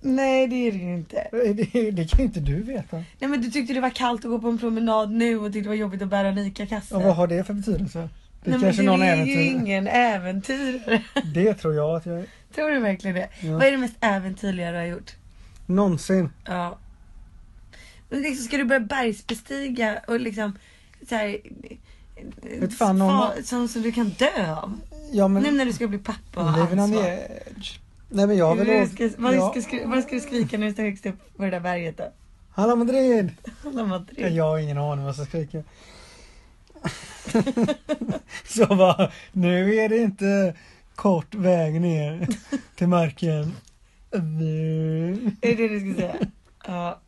S2: Nej det är det ju inte.
S3: Eh, Det, det kan ju inte du veta.
S2: Nej men du tyckte det var kallt att gå på en promenad nu och tyckte det var jobbigt att bära en ICA-kasse.
S3: Och vad har det för betydelse? Det
S2: Nej, men
S3: kanske
S2: du
S3: någon
S2: är ju
S3: äventyrare.
S2: ingen äventyrare.
S3: Det tror jag att jag är.
S2: Tror du verkligen det? Vad är det mest äventyrliga du har gjort?
S3: Någonsin.
S2: Ja. Men liksom, ska du börja bergsbestiga och liksom så här,
S3: Vet fan om-
S2: fa- som, som du kan dö av?
S3: Ja men...
S2: nu när du ska bli pappa och ha
S3: Living on the
S2: ansvar.
S3: edge. Nej men jag vill...
S2: Hur ska, vad,
S3: ja.
S2: ska, skri- vad ska du skrika när du står högst upp på det där berget då?
S3: Hallå Madrid!
S2: Alla Madrid.
S3: Jag har ingen aning vad jag ska skrika. så bara, nu är det inte kort väg ner till marken.
S2: Är det det du ska säga? Ja.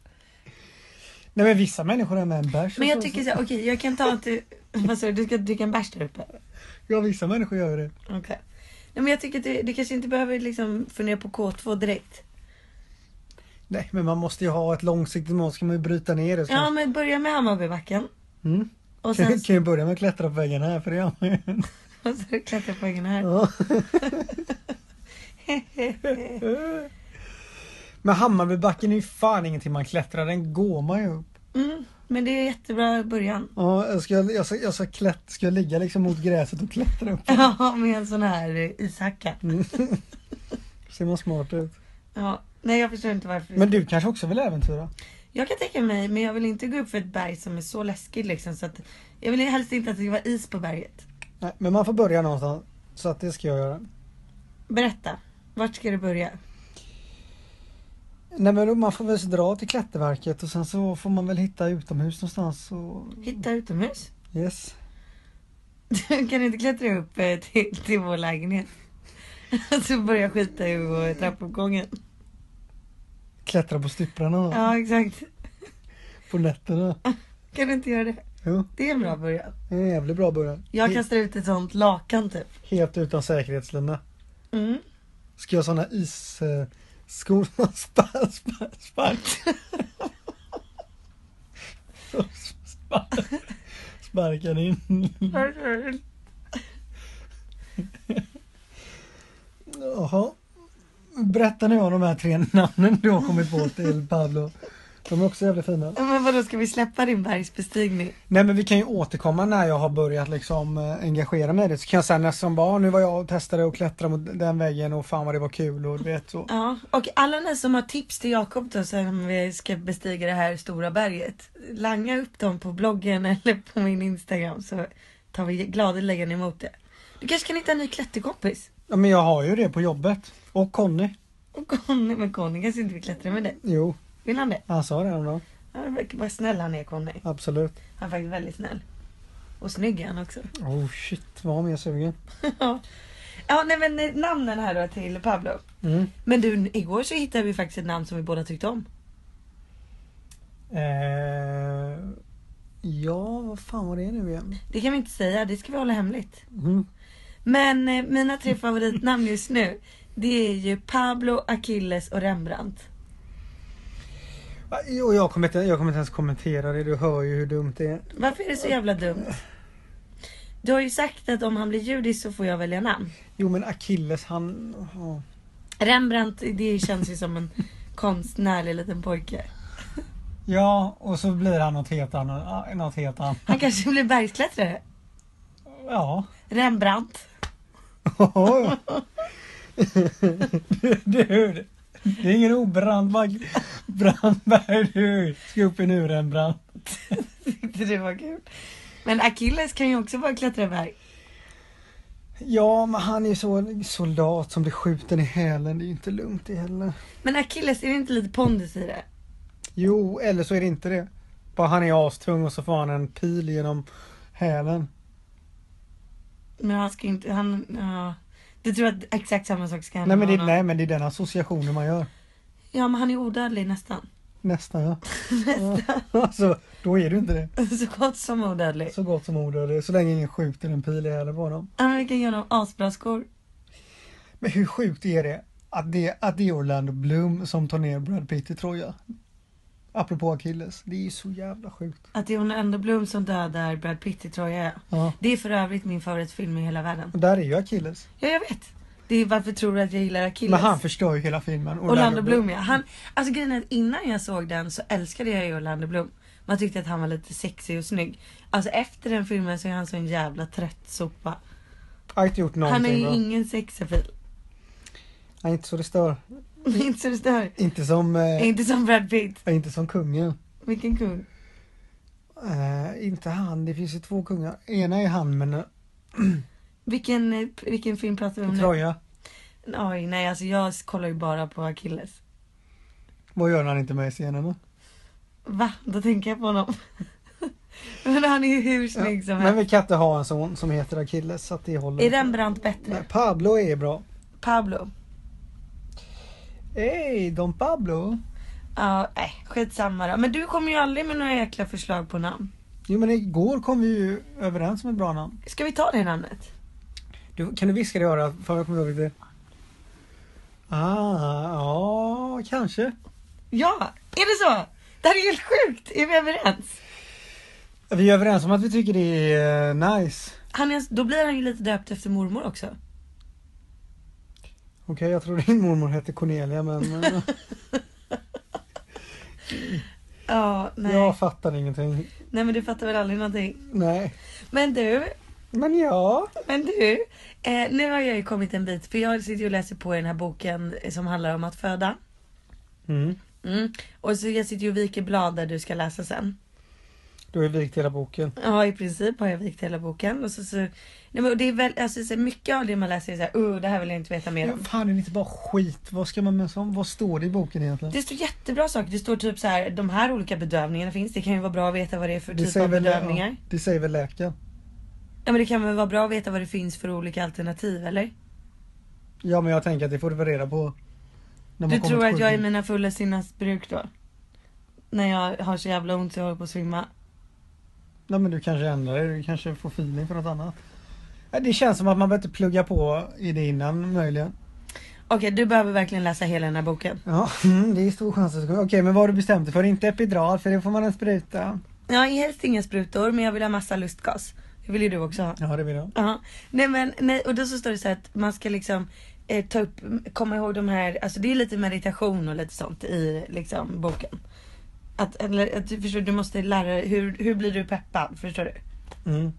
S3: Nej men vissa människor är med en bärs. och
S2: Men jag
S3: så-
S2: tycker så här, okej jag kan ta att du, vad sa du, du ska dricka en bärs där uppe?
S3: Ja vissa människor gör ju det.
S2: Okej. Nej men jag tycker att du, du kanske inte behöver liksom fundera på K2 direkt.
S3: Nej men man måste ju ha ett långsiktigt mål, ska man ju bryta ner det. Så
S2: Ja men börja med Hammarbybacken.
S3: Mm.
S2: Och
S3: kan,
S2: sen
S3: kan ju börja med att klättra på väggen här för det gör man ju.
S2: och så klättra på väggen här.
S3: Ja. Men Hammarbybacken är ju fan ingenting man klättrar, den går man ju upp.
S2: Mm, men det är jättebra början.
S3: Ja, jag ska, jag ska, jag ska, klätt, ska jag ligga liksom mot gräset och klättra upp?
S2: Ja med en sån här eh, ishacka.
S3: Ser man smart ut?
S2: Ja. Nej jag förstår inte varför.
S3: Men du kanske också vill äventyra?
S2: Jag kan tänka mig men jag vill inte gå upp för ett berg som är så läskigt liksom så att jag vill helst inte att det ska vara is på berget.
S3: Nej, men man får börja någonstans. Så att det ska jag göra.
S2: Berätta. Vart ska du börja?
S3: Nej men då, man får väl dra till Klätterverket och sen så får man väl hitta utomhus någonstans och...
S2: Hitta utomhus.
S3: Yes.
S2: Du kan inte klättra upp eh, till, till vår lägenhet. Så börja skita i vår trappuppgången.
S3: Klättra på stuprarna då,
S2: Ja exakt.
S3: på nätterna.
S2: Kan du inte göra det?
S3: Jo,
S2: Det är en bra början.
S3: det är en jävligt bra början.
S2: Jag
S3: He-
S2: kastar ut ett sånt lakan typ.
S3: Helt utan säkerhetslina.
S2: Mm.
S3: Ska jag ha såna isskor som man sparkar? Spar, spar. Så spar, sparkar in.
S2: Mm.
S3: Jaha. Berätta nu om de här tre namnen du har kommit på till Pablo. De är också jävligt fina.
S2: Men vadå ska vi släppa din bergsbestigning?
S3: Nej men vi kan ju återkomma när jag har börjat liksom eh, engagera mig i det. Så kan jag säga nästan bara, "Ah, nu var jag och testade att klättra mot den väggen och fan vad det var kul och du vet så.
S2: Ja, och alla ni som har tips till Jakob då sen vi ska bestiga det här stora berget. Langa upp dem på bloggen eller på min Instagram så tar vi gladeligen emot det. Du kanske kan hitta en ny klätterkompis?
S3: Ja men jag har ju det på jobbet. Och Conny.
S2: Och Conny, men Conny kanske inte vill klättra med dig.
S3: Jo,
S2: Vill han det?
S3: han sa det häromdagen.
S2: Ja, det verkar vara snäll han är Conny.
S3: Absolut.
S2: Han är faktiskt väldigt snäll. Och snygg är han också.
S3: Oh shit, vad mer sugen.
S2: ja, Ja, nej men eh, namnen här då till Pablo.
S3: Mm.
S2: Men du, igår så hittade vi faktiskt ett namn som vi båda tyckte om.
S3: Eh, ja, vad fan var det nu igen?
S2: Det kan vi inte säga, det ska vi hålla hemligt.
S3: Mm.
S2: Men eh, mina tre favoritnamn just nu Det är ju Pablo, Achilles och Rembrandt
S3: Och Ah, jag kommer, inte, jag kommer inte ens kommentera det, du hör ju hur dumt det är.
S2: Varför är det så jävla dumt? Du har ju sagt att om han blir judisk så får jag välja namn
S3: Jo men Achilles han... ja.
S2: Rembrandt, det känns ju som en konstnärlig liten pojke
S3: Ja, och så blir han något helt annat. Ah, Något helt annat.
S2: Han kanske blir bergsklättrare
S3: Ja.
S2: Rembrandt
S3: du, du, det är ingen obrand Mag- Brandberg du. Ska upp i nuren brand.
S2: Tyckte det var kul Men Achilles kan ju också bara klättra i berg
S3: Ja, men han är ju så soldat som blir skjuten i hälen. Det är ju inte lugnt det heller.
S2: Men Achilles, är det inte lite pondus i det?
S3: Jo, eller så är det inte det. Bara han är astung och så får han en pil genom hälen.
S2: Men han ska ju inte, han, ja Du tror att exakt samma sak ska hända
S3: Nej men, det,
S2: med honom?
S3: nej men det är den associationen man gör.
S2: Ja men han är odödlig nästan.
S3: Nästan ja. ja. Alltså, då är du inte det.
S2: Så gott som odödlig.
S3: Så gott som odödlig. Så länge ingen skjuter en pil i hälen på honom.
S2: Ja, men vi kan göra dem asbra skor.
S3: Men hur sjukt är det att det, att det är Orlando Bloom som tar ner Brad Pitt i Troja? Apropå Achilles, det är ju så jävla sjukt.
S2: Att det är Orlando Bloom som dödar Brad Pitt i Troja.
S3: Ja.
S2: Det är för övrigt min favoritfilm i hela världen.
S3: Och där är ju Achilles.
S2: Ja jag vet. Det är varför tror du att jag gillar Achilles?
S3: Men han förstör ju hela filmen.
S2: Orlando Bloom ja. Han, alltså grejen är att innan jag såg den så älskade jag ju Orlando Bloom. Man tyckte att han var lite sexig och snygg. Alltså efter den filmen så är han så en jävla trött sopa.
S3: Jag har inte gjort
S2: Han har
S3: någonting
S2: ju
S3: bra.
S2: ingen sexapil.
S3: Nej, inte så det stör.
S2: Inte så det stör.
S3: Inte som, eh,
S2: Inte som Brad Pitt.
S3: inte som kungen.
S2: Vilken kung.
S3: Eh, inte han, det finns ju två kungar. Ena är han men eh,
S2: Vilken, eh, vilken film pratar vi om nu?
S3: Troja.
S2: Oj, nej alltså jag kollar ju bara på Achilles.
S3: Vad gör han inte med i scenen?
S2: Va? Då tänker jag på honom. Men han är ju hur
S3: Ja.
S2: snygg som
S3: Men vi
S2: helst.
S3: kan inte ha en son som heter Achilles så att det håller.
S2: Är Rembrandt bättre?
S3: Nej, Pablo är bra.
S2: Pablo?
S3: Hej, Don Pablo.
S2: Ja, nej skitsamma då. Men du kommer ju aldrig med några jäkla förslag på namn.
S3: Jo men igår kom vi ju överens om ett bra namn.
S2: Ska vi ta det namnet?
S3: Du, kan du viska det i örat för jag kommer ihåg det? Ah, ja, kanske.
S2: Ja, är det så? Det här är helt sjukt! Är vi överens?
S3: Vi är överens om att vi tycker det är eh, nice.
S2: Han är, då blir han ju lite döpt efter mormor också.
S3: Okej, jag tror din mormor hette Cornelia men eh,
S2: Ja, nej.
S3: jag fattar ingenting.
S2: Nej men du fattar väl aldrig någonting.
S3: Nej.
S2: Men du,
S3: Men ja.
S2: Men du, eh, nu har jag ju kommit en bit för jag sitter ju och läser på i den här boken eh, som handlar om att föda.
S3: Mm.
S2: Mm. Och så jag sitter ju och viker blad där du ska läsa sen.
S3: Du har ju vikt hela boken.
S2: Ja i princip har jag vikt hela boken. Och så, så, nej, men och det är väl, alltså, så mycket av det man läser är såhär, oh det här vill jag inte veta mer
S3: Ja,
S2: om.
S3: fan är det inte bara skit? Vad ska man med sån? Vad står det i boken egentligen?
S2: Det står jättebra saker, det står typ så här, de här olika bedövningarna finns, det kan ju vara bra att veta vad det är för typ av bedövningar.
S3: ja, det säger väl läkaren?
S2: ja men det kan väl vara bra att veta vad det finns för olika alternativ eller?
S3: Ja men jag tänker att det får du väl reda på. när man
S2: Du
S3: kommer
S2: tror
S3: till
S2: att jag är i
S3: sjukhuset.
S2: mina fulla sinnens bruk då? När jag har så jävla ont så jag håller på att svimma.
S3: Nej men du kanske ändrar dig, du kanske får feeling för något annat. Nej, Det känns som att man behöver inte plugga på i det innan möjligen.
S2: Okej, du behöver verkligen läsa hela den här boken.
S3: Ja, mm, det är stor chans att det kommer. Okej men vad har du bestämt dig för? Inte epidural för det får man en spruta.
S2: Ja, helst inga sprutor men jag vill ha massa lustgas. Det vill ju du också ha.
S3: Ja det vill jag.
S2: Ja. Nej men, nej, och då så står det så här att man ska liksom eh, ta upp, komma ihåg de här, alltså det är lite meditation och lite sånt i liksom boken. Att, eller, att, du förstår, du måste lära dig, hur, hur blir du peppad? Förstår du?
S3: Mm.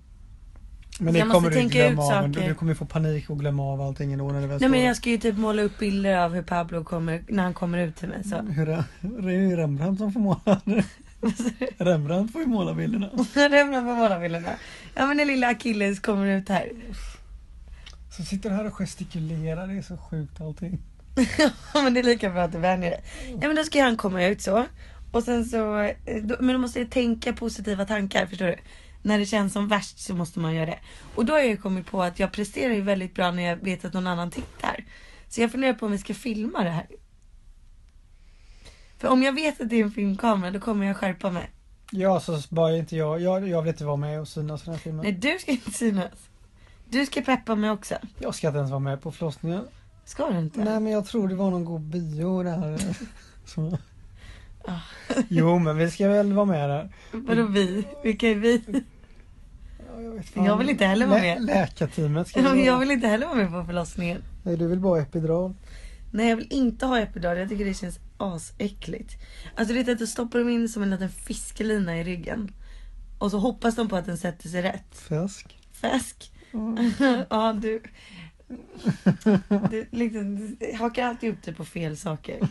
S2: Jag
S3: Men det
S2: måste
S3: kommer du inte
S2: tänka ut
S3: glömma av. Du,
S2: saker.
S3: du kommer få panik och glömma av allting ändå när det väl
S2: Nej men
S3: står-
S2: jag ska ju typ måla upp bilder av hur Pablo kommer, när han kommer ut till mig så.
S3: Hur är det är ju Rembrandt som får måla. Rembrandt får ju måla bilderna.
S2: Rämna på båda bilderna. Ja men den lilla Achilles kommer ut här.
S3: Så sitter du här och gestikulerar, det är så sjukt allting.
S2: Ja men det är lika bra att du vänjer dig. Ja men då ska han komma ut så. Och sen så, eh, då, men då måste jag tänka positiva tankar förstår du. När det känns som värst så måste man göra det. Och då har jag ju kommit på att jag presterar ju väldigt bra när jag vet att någon annan tittar. Så jag funderar på om vi ska filma det här. För om jag vet att det är en filmkamera då kommer jag skärpa mig.
S3: Ja, så bara inte jag, jag, jag vill inte vara med och synas i den här filmen.
S2: Nej du ska inte synas. Du ska peppa mig också.
S3: Jag ska inte ens vara med på förlossningen.
S2: Ska du inte?
S3: Nej men jag tror det var någon god bio det här. Som...
S2: Ah.
S3: Jo men vi ska väl vara med där.
S2: Vadå vi? Vilka är vi?
S3: Ja, Jag, vet
S2: Jag vill inte heller vara med.
S3: läkarteamet ska vi
S2: Jag
S3: vara.
S2: vill inte heller vara med på förlossningen.
S3: Nej du vill bara ha epidural.
S2: Nej jag vill inte ha epidural, jag tycker det känns asäckligt. Alltså du vet att du stoppar dem in som en liten fiskelina i ryggen. Och så hoppas de på att den sätter sig rätt.
S3: Fisk.
S2: Fäsk. ja du. Du, liksom, du hakar alltid upp dig på fel saker.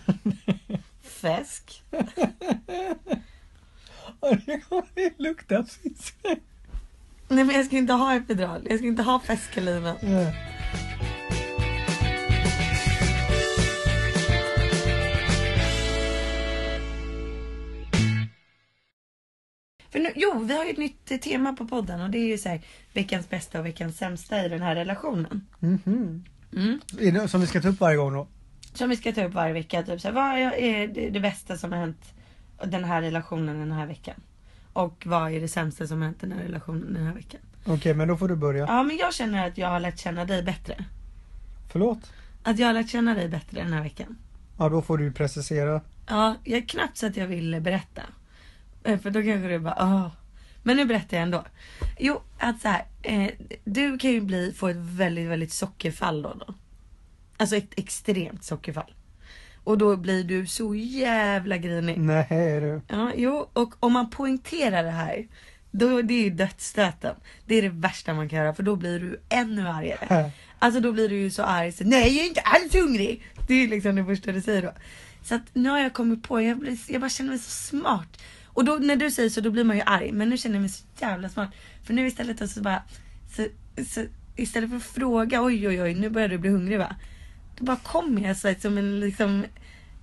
S2: Fäsk.
S3: Ja, Det kommer lukta fisk.
S2: Nej men jag ska inte ha epidural, jag ska inte ha fäskelina.
S3: Ja.
S2: För nu, jo, vi har ju ett nytt eh, tema på podden och det är ju så här, veckans bästa och veckans sämsta i den här relationen.
S3: Är det Som vi ska ta upp varje gång då.
S2: Som vi ska ta upp varje vecka. Typ så här, vad är det, det bästa som har hänt den här relationen den här veckan? Och vad är det sämsta som har hänt den här relationen den här veckan?
S3: Okej men då får du börja.
S2: Ja men jag känner att jag har lärt känna dig bättre.
S3: Förlåt?
S2: Att jag har lärt känna dig bättre den här veckan.
S3: Ja då får du precisera.
S2: Ja, jag är knappt så att jag vill berätta. Eh, För då kanske du bara ah. Men nu berättar jag ändå. Jo, att så här, eh, du kan ju bli, få ett väldigt, väldigt sockerfall då. och då. Alltså ett extremt sockerfall. Och då blir du så jävla grinig.
S3: Nej du.
S2: Ja, jo, och om man poängterar det här, då det är ju dödsstöten. Det är det värsta man kan göra för då blir du ännu argare. Alltså då blir du ju så arg så nej jag är inte alls hungrig. Det är ju liksom det första du säger då. Så att nu har jag kommit på, jag, blir, jag bara känner mig så smart. Och då när du säger så då blir man ju arg men nu känner jag mig så jävla smart. För nu istället så bara, så, så, istället för att fråga oj oj oj nu börjar du bli hungrig va. Då bara kommer jag så här, som en liksom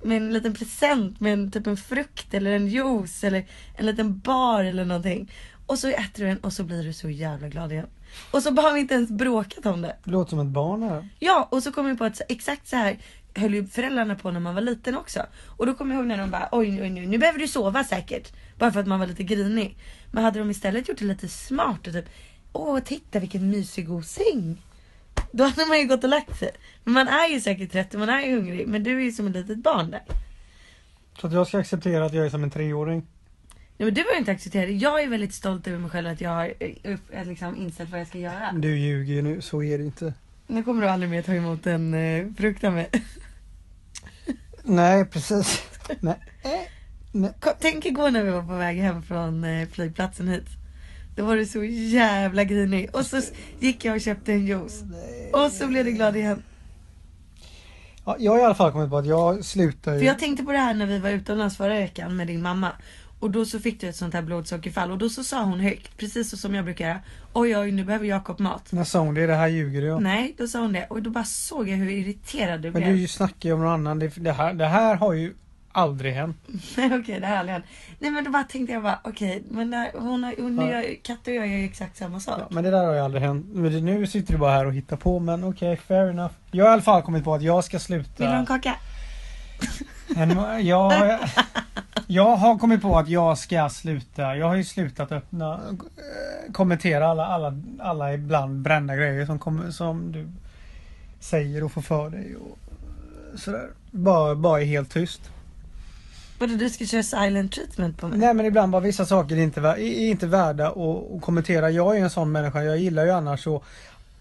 S2: med en liten present med en, typ en frukt eller en juice eller en liten bar eller någonting. Och så äter du den och så blir du så jävla glad igen. Och så har vi inte ens bråkat om det.
S3: Du låter som ett barn här.
S2: Ja, och så kom jag på att så- exakt så här höll ju föräldrarna på när man var liten också. Och då kommer jag ihåg när de bara oj, oj, oj, nu behöver du sova säkert. Bara för att man var lite grinig. Men hade de istället gjort det lite smart och typ åh titta vilken mysig god säng. Då hade man ju gått och lagt sig. Men man är ju säkert trött och man är ju hungrig. Men du är ju som ett litet barn där.
S3: Så att jag ska acceptera att jag är som en treåring.
S2: Nej men du behöver inte acceptera det. Jag är väldigt stolt över mig själv att jag har eh, upp, eh, liksom insett vad jag ska göra.
S3: Du ljuger ju nu, så är det inte.
S2: Nu kommer du aldrig mer ta emot en eh, frukt av mig.
S3: Nej precis. Nej. Nej.
S2: Kom- Tänk igår när vi var på väg hem från eh, flygplatsen hit. Då var du så jävla grinig och så s- gick jag och köpte en juice. Och så blev du glad igen.
S3: Ja, jag har i alla fall kommit på att jag slutar ju.
S2: För jag tänkte på det här när vi var utomlands förra veckan med din mamma. Och då så fick du ett sånt här blodsockerfall och då så sa hon högt, precis så som jag brukar göra. Oj oj nu behöver Jakob mat.
S3: När sa hon det? Det här ljuger du om.
S2: Nej, då sa hon det och då bara såg jag hur irriterad du
S3: Men
S2: blev.
S3: du snackar ju om någon annan. Det, det, här, det här har ju aldrig hänt.
S2: Nej okej det här har aldrig hänt. Nej men då bara tänkte jag bara okej men där, hon har, hon
S3: Ja.
S2: gör, Katte och jag gör ju exakt samma sak.
S3: Ja, men det där har ju aldrig hänt. Men det- nu sitter du bara här och hittar på men okej, fair enough. Jag har i alla fall kommit på att jag ska sluta.
S2: Vill du ha en kaka?
S3: Men jag, har- jag har kommit på att jag ska sluta. Jag har ju slutat öppna, eh, kommentera alla, alla, alla ibland brända grejer som, kommer, som du säger och får för dig. Och eh, sådär. Bara, bara är helt tyst.
S2: Vadå du ska köra silent treatment på mig?
S3: Nej men ibland bara vissa saker är inte, vä- är inte värda att, att kommentera. Jag är ju en sån människa. Jag gillar ju annars att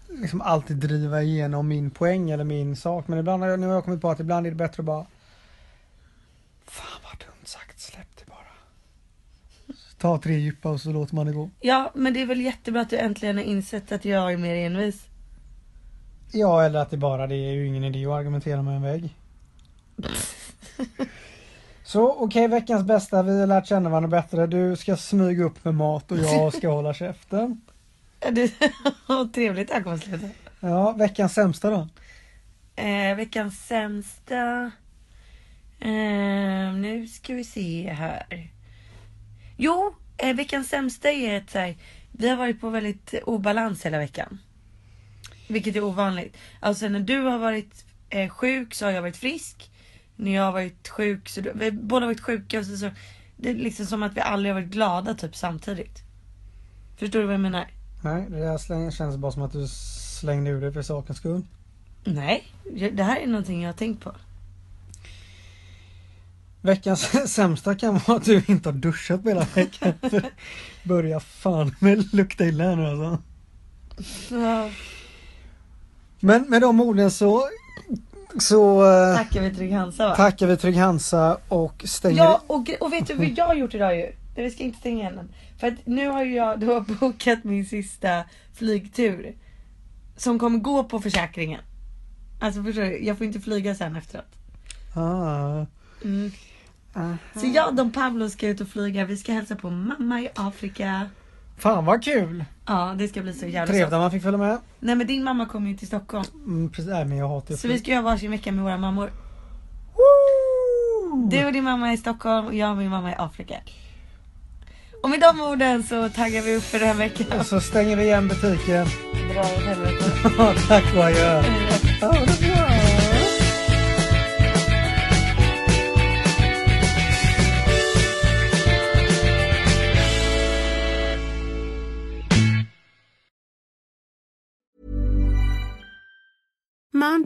S3: liksom alltid driva igenom min poäng eller min sak. Men ibland har jag, nu har jag kommit på att ibland är det bättre att bara Fan vad dumt sagt, släpp det bara. ta tre djupa och så låter man det gå.
S2: Ja men det är väl jättebra att du äntligen har insett att jag är mer envis.
S3: Ja, eller att det bara det är ju ingen idé att argumentera med en vägg. Så okej, veckans bästa. Vi har lärt känna varandra bättre. Du ska smyga upp med mat och jag ska hålla käften.
S2: Ja, Det trevligt här kommer slutet.
S3: Ja, veckans sämsta då?
S2: Eh, veckans sämsta. Eh, nu ska vi se här. Jo, eh, veckans sämsta är att så här, vi har varit på väldigt obalans hela veckan. Vilket är ovanligt. Alltså när du har varit eh, sjuk så har jag varit frisk. När jag har varit sjuk så du, vi har båda varit sjuka. Och så, så, det är liksom som att vi aldrig har varit glada typ samtidigt. Förstår du vad jag menar?
S3: Nej, det där släng, känns bara som att du slängde ur dig för sakens skull.
S2: Nej, jag- det här är någonting jag har tänkt på.
S3: Veckans sämsta kan vara att du inte har duschat på hela veckan. För börja fan med lukta illa här nu alltså.
S2: Så
S3: Men med de orden så, så eh,
S2: tackar vi Trygg Hansa va?
S3: tackar vi Trygg-Hansa och stänger
S2: Ja och, gre- och vet du vad jag har gjort idag ju? Nej, vi ska inte stänga igen den. För att nu har ju jag då bokat min sista flygtur. Som kommer gå på försäkringen. Alltså förstår du? Jag får inte flyga sen efteråt.
S3: Ah.
S2: Så jag och Don Pablo ska ut och flyga. Vi ska hälsa på mamma i Afrika.
S3: Fan vad kul!
S2: Ja det ska bli så jävla
S3: Trevligt
S2: så.
S3: att man fick följa med.
S2: Nej men din mamma kommer ju till Stockholm.
S3: Mm, precis, nej men jag hatar ju
S2: Så vi
S3: flyg.
S2: ska göra varsin vecka med våra mammor. Du och din mamma är i Stockholm och jag och min mamma är i Afrika. Och med de orden så taggar vi upp för den här veckan.
S3: Så stänger vi igen butiken.
S2: Dra åt helvete.
S3: Tack och adjö.
S2: Mm.
S3: Ja, det är bra.
S4: Mom